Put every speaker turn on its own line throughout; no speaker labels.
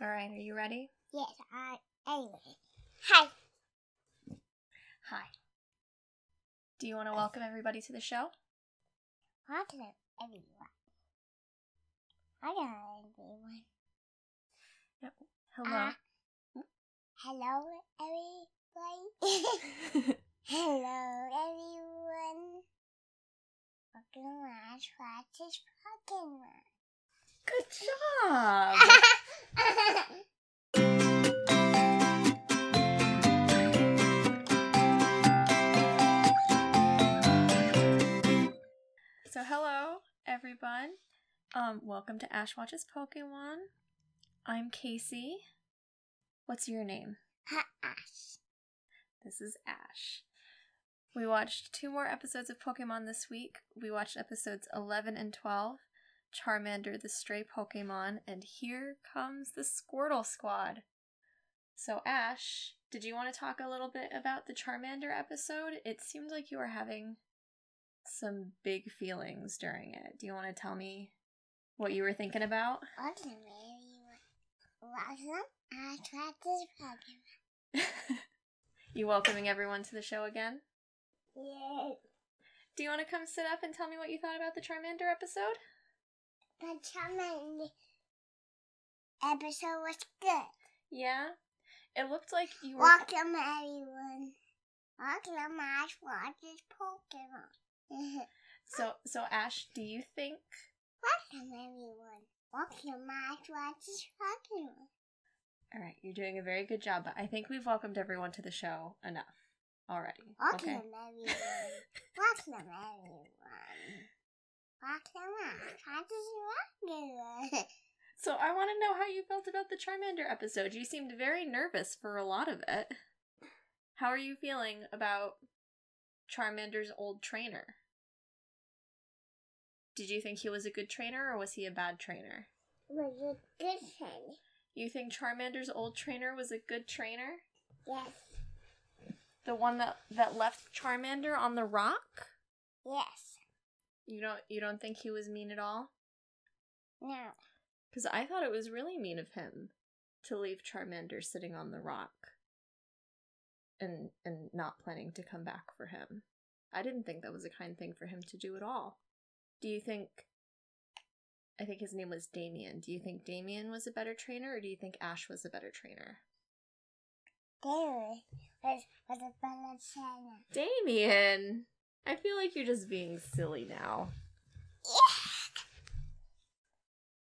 All right, are you ready?
Yes, I am. Hi.
Hi. Do you want to welcome everybody to the show?
Welcome, everyone. Hello, everyone.
Hello.
Ah. Hello, everybody. Hello, everyone. Welcome to my Schwarzes Pokemon.
Good job. so, hello, everyone. Um, welcome to Ash Watches Pokemon. I'm Casey. What's your name? This is Ash. We watched two more episodes of Pokemon this week. We watched episodes 11 and 12 Charmander the Stray Pokemon, and here comes the Squirtle Squad. So, Ash, did you want to talk a little bit about the Charmander episode? It seemed like you were having some big feelings during it. Do you want to tell me what you were thinking about?
Welcome, everyone. Welcome, our Schwarzes Pokemon.
you welcoming everyone to the show again?
Yes.
Do you want to come sit up and tell me what you thought about the Charmander episode?
The Charmander episode was good.
Yeah. It looked like you were.
Welcome, everyone. Welcome, my Schwarzes Pokemon.
So, so Ash, do you think?
Welcome, everyone. Welcome, my Schwarzes Pokemon.
All right, you're doing a very good job, but I think we've welcomed everyone to the show enough already.
Welcome, everyone. Welcome, everyone. Welcome, my Schwarzes Pokemon.
So I want to know how you felt about the Charmander episode. You seemed very nervous for a lot of it. How are you feeling about Charmander's old trainer? Did you think he was a good trainer or was he a bad trainer?
Was a good thing.
You think Charmander's old trainer was a good trainer?
Yes.
The one that that left Charmander on the rock?
Yes.
You don't you don't think he was mean at all?
No.
Cuz I thought it was really mean of him to leave Charmander sitting on the rock and and not planning to come back for him. I didn't think that was a kind thing for him to do at all. Do you think I think his name was Damien. Do you think Damien was a better trainer or do you think Ash was a better trainer?
David was, was a fellow trainer.
Damien, I feel like you're just being silly now.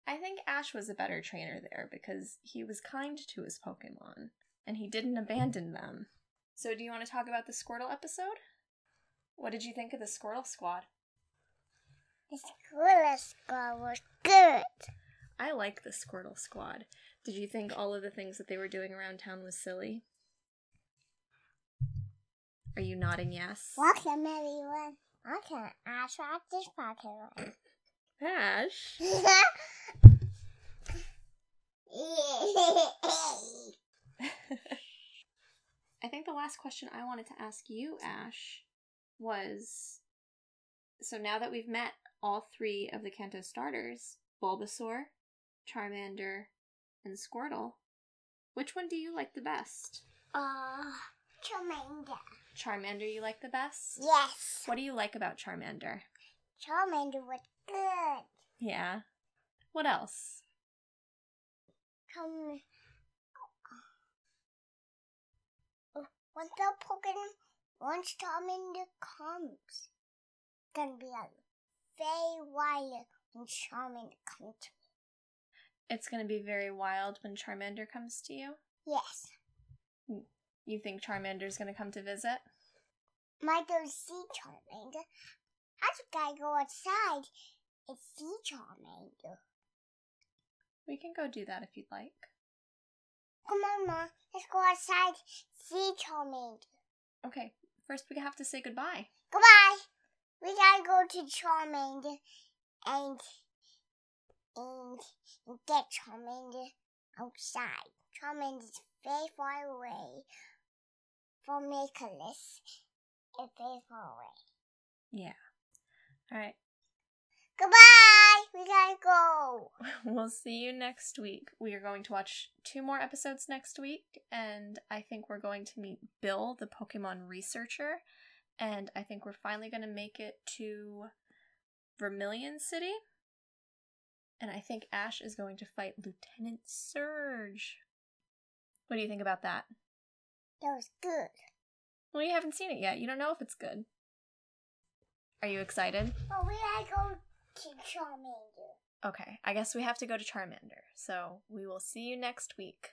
I think Ash was a better trainer there because he was kind to his Pokemon and he didn't abandon them. So, do you want to talk about the Squirtle episode? What did you think of the Squirtle Squad?
The school score was good.
I like the Squirtle Squad. Did you think all of the things that they were doing around town was silly? Are you nodding yes?
Welcome, everyone. Welcome, I tried this Pokemon.
Ash? I think the last question I wanted to ask you, Ash, was so now that we've met all three of the Kanto starters Bulbasaur, Charmander, and Squirtle which one do you like the best?
oh, Charmander.
Charmander, you like the best?
Yes.
What do you like about Charmander?
Charmander was good.
Yeah. What else?
Come. Once the Oh, Pokemon, once Charmander comes, it's gonna be a very wild when Charmander comes.
It's going to be very wild when Charmander comes to you.
Yes.
You think Charmander's going to come to visit?
might go see Charmander. I just gotta go outside and see Charmander.
We can go do that if you'd like.
Come on, Mom. Let's go outside, see Charmander.
Okay, first we have to say goodbye.
Goodbye. We gotta go to Charmander and and, and get Charmander outside. Charmander's very far away from Nicholas. It's very far away.
Yeah. All right.
Goodbye. we gotta go.
we'll see you next week. We are going to watch two more episodes next week, and I think we're going to meet Bill, the Pokemon researcher, and I think we're finally going to make it to Vermilion City. And I think Ash is going to fight Lieutenant Surge. What do you think about that?
That was good.
Well, you haven't seen it yet. You don't know if it's good. Are you excited?
But we gotta go to Charmander.
Okay, I guess we have to go to Charmander. So we will see you next week.